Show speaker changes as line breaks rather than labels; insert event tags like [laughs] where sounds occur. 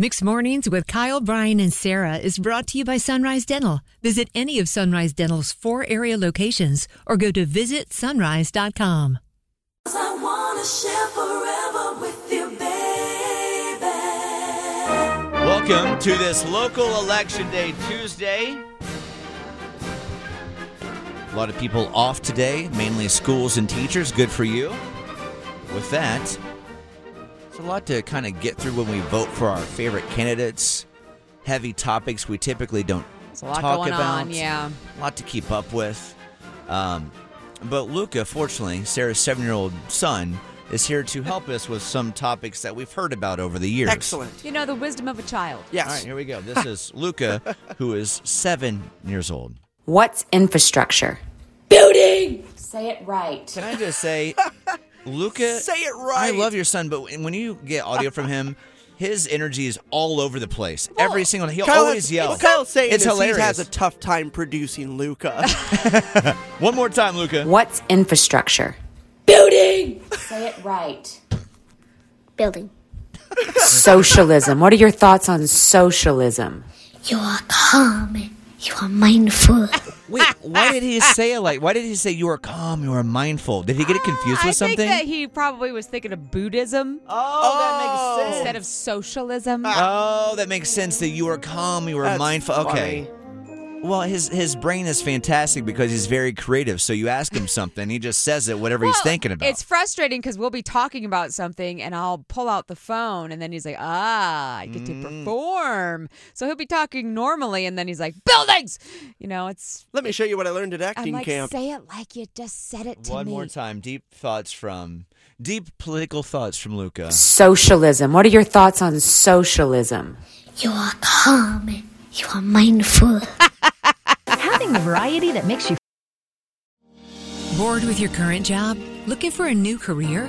Mixed Mornings with Kyle, Brian, and Sarah is brought to you by Sunrise Dental. Visit any of Sunrise Dental's four area locations or go to visitsunrise.com.
I wanna share forever with you, baby.
Welcome to this local election day Tuesday. A lot of people off today, mainly schools and teachers. Good for you. With that, it's a lot to kind of get through when we vote for our favorite candidates. Heavy topics we typically don't
There's a lot
talk
going
about.
on. Yeah.
A lot to keep up with. Um, but Luca, fortunately, Sarah's seven year old son, is here to help us with some topics that we've heard about over the years.
Excellent.
You know, the wisdom of a child.
All right,
Yes.
here we go. This is Luca, who is seven years old.
What's infrastructure? Building! Say it right.
Can I just [laughs] say, Luca?
Say it
I
right.
love your son, but when you get audio from him, his energy is all over the place. Every single he'll
Kyle
always
is-
yell.
What Kyle's saying
it's
is
hilarious.
he has a tough time producing Luca.
One more time, Luca.
What's infrastructure? Building! Say it right.
building.
Socialism. What are your thoughts on socialism?
You are calm. You are mindful.
Wait, why did he say it like? Why did he say you are calm, you are mindful? Did he get it confused
Ah, I
with something?
think that he probably was thinking of Buddhism
oh, that makes
instead of socialism.
Oh, that makes sense. That you are calm, you are
That's
mindful. Okay.
funny.
Well, his his brain is fantastic because he's very creative. So you ask him something, he just says it, whatever he's
Well,
thinking about.
It's frustrating because we'll be talking about something and I'll pull out the phone and then he's like, ah, I get
Mm.
to perform. So he'll be talking normally and then he's like, buildings! You know, it's.
Let me show you what I learned at acting
I'm like,
camp.
say it like you just said it to
One
me.
more time, deep thoughts from deep political thoughts from Luca.
Socialism. What are your thoughts on socialism?
You are calm. You are mindful.
Having the variety that makes you
Bored with your current job? Looking for a new career?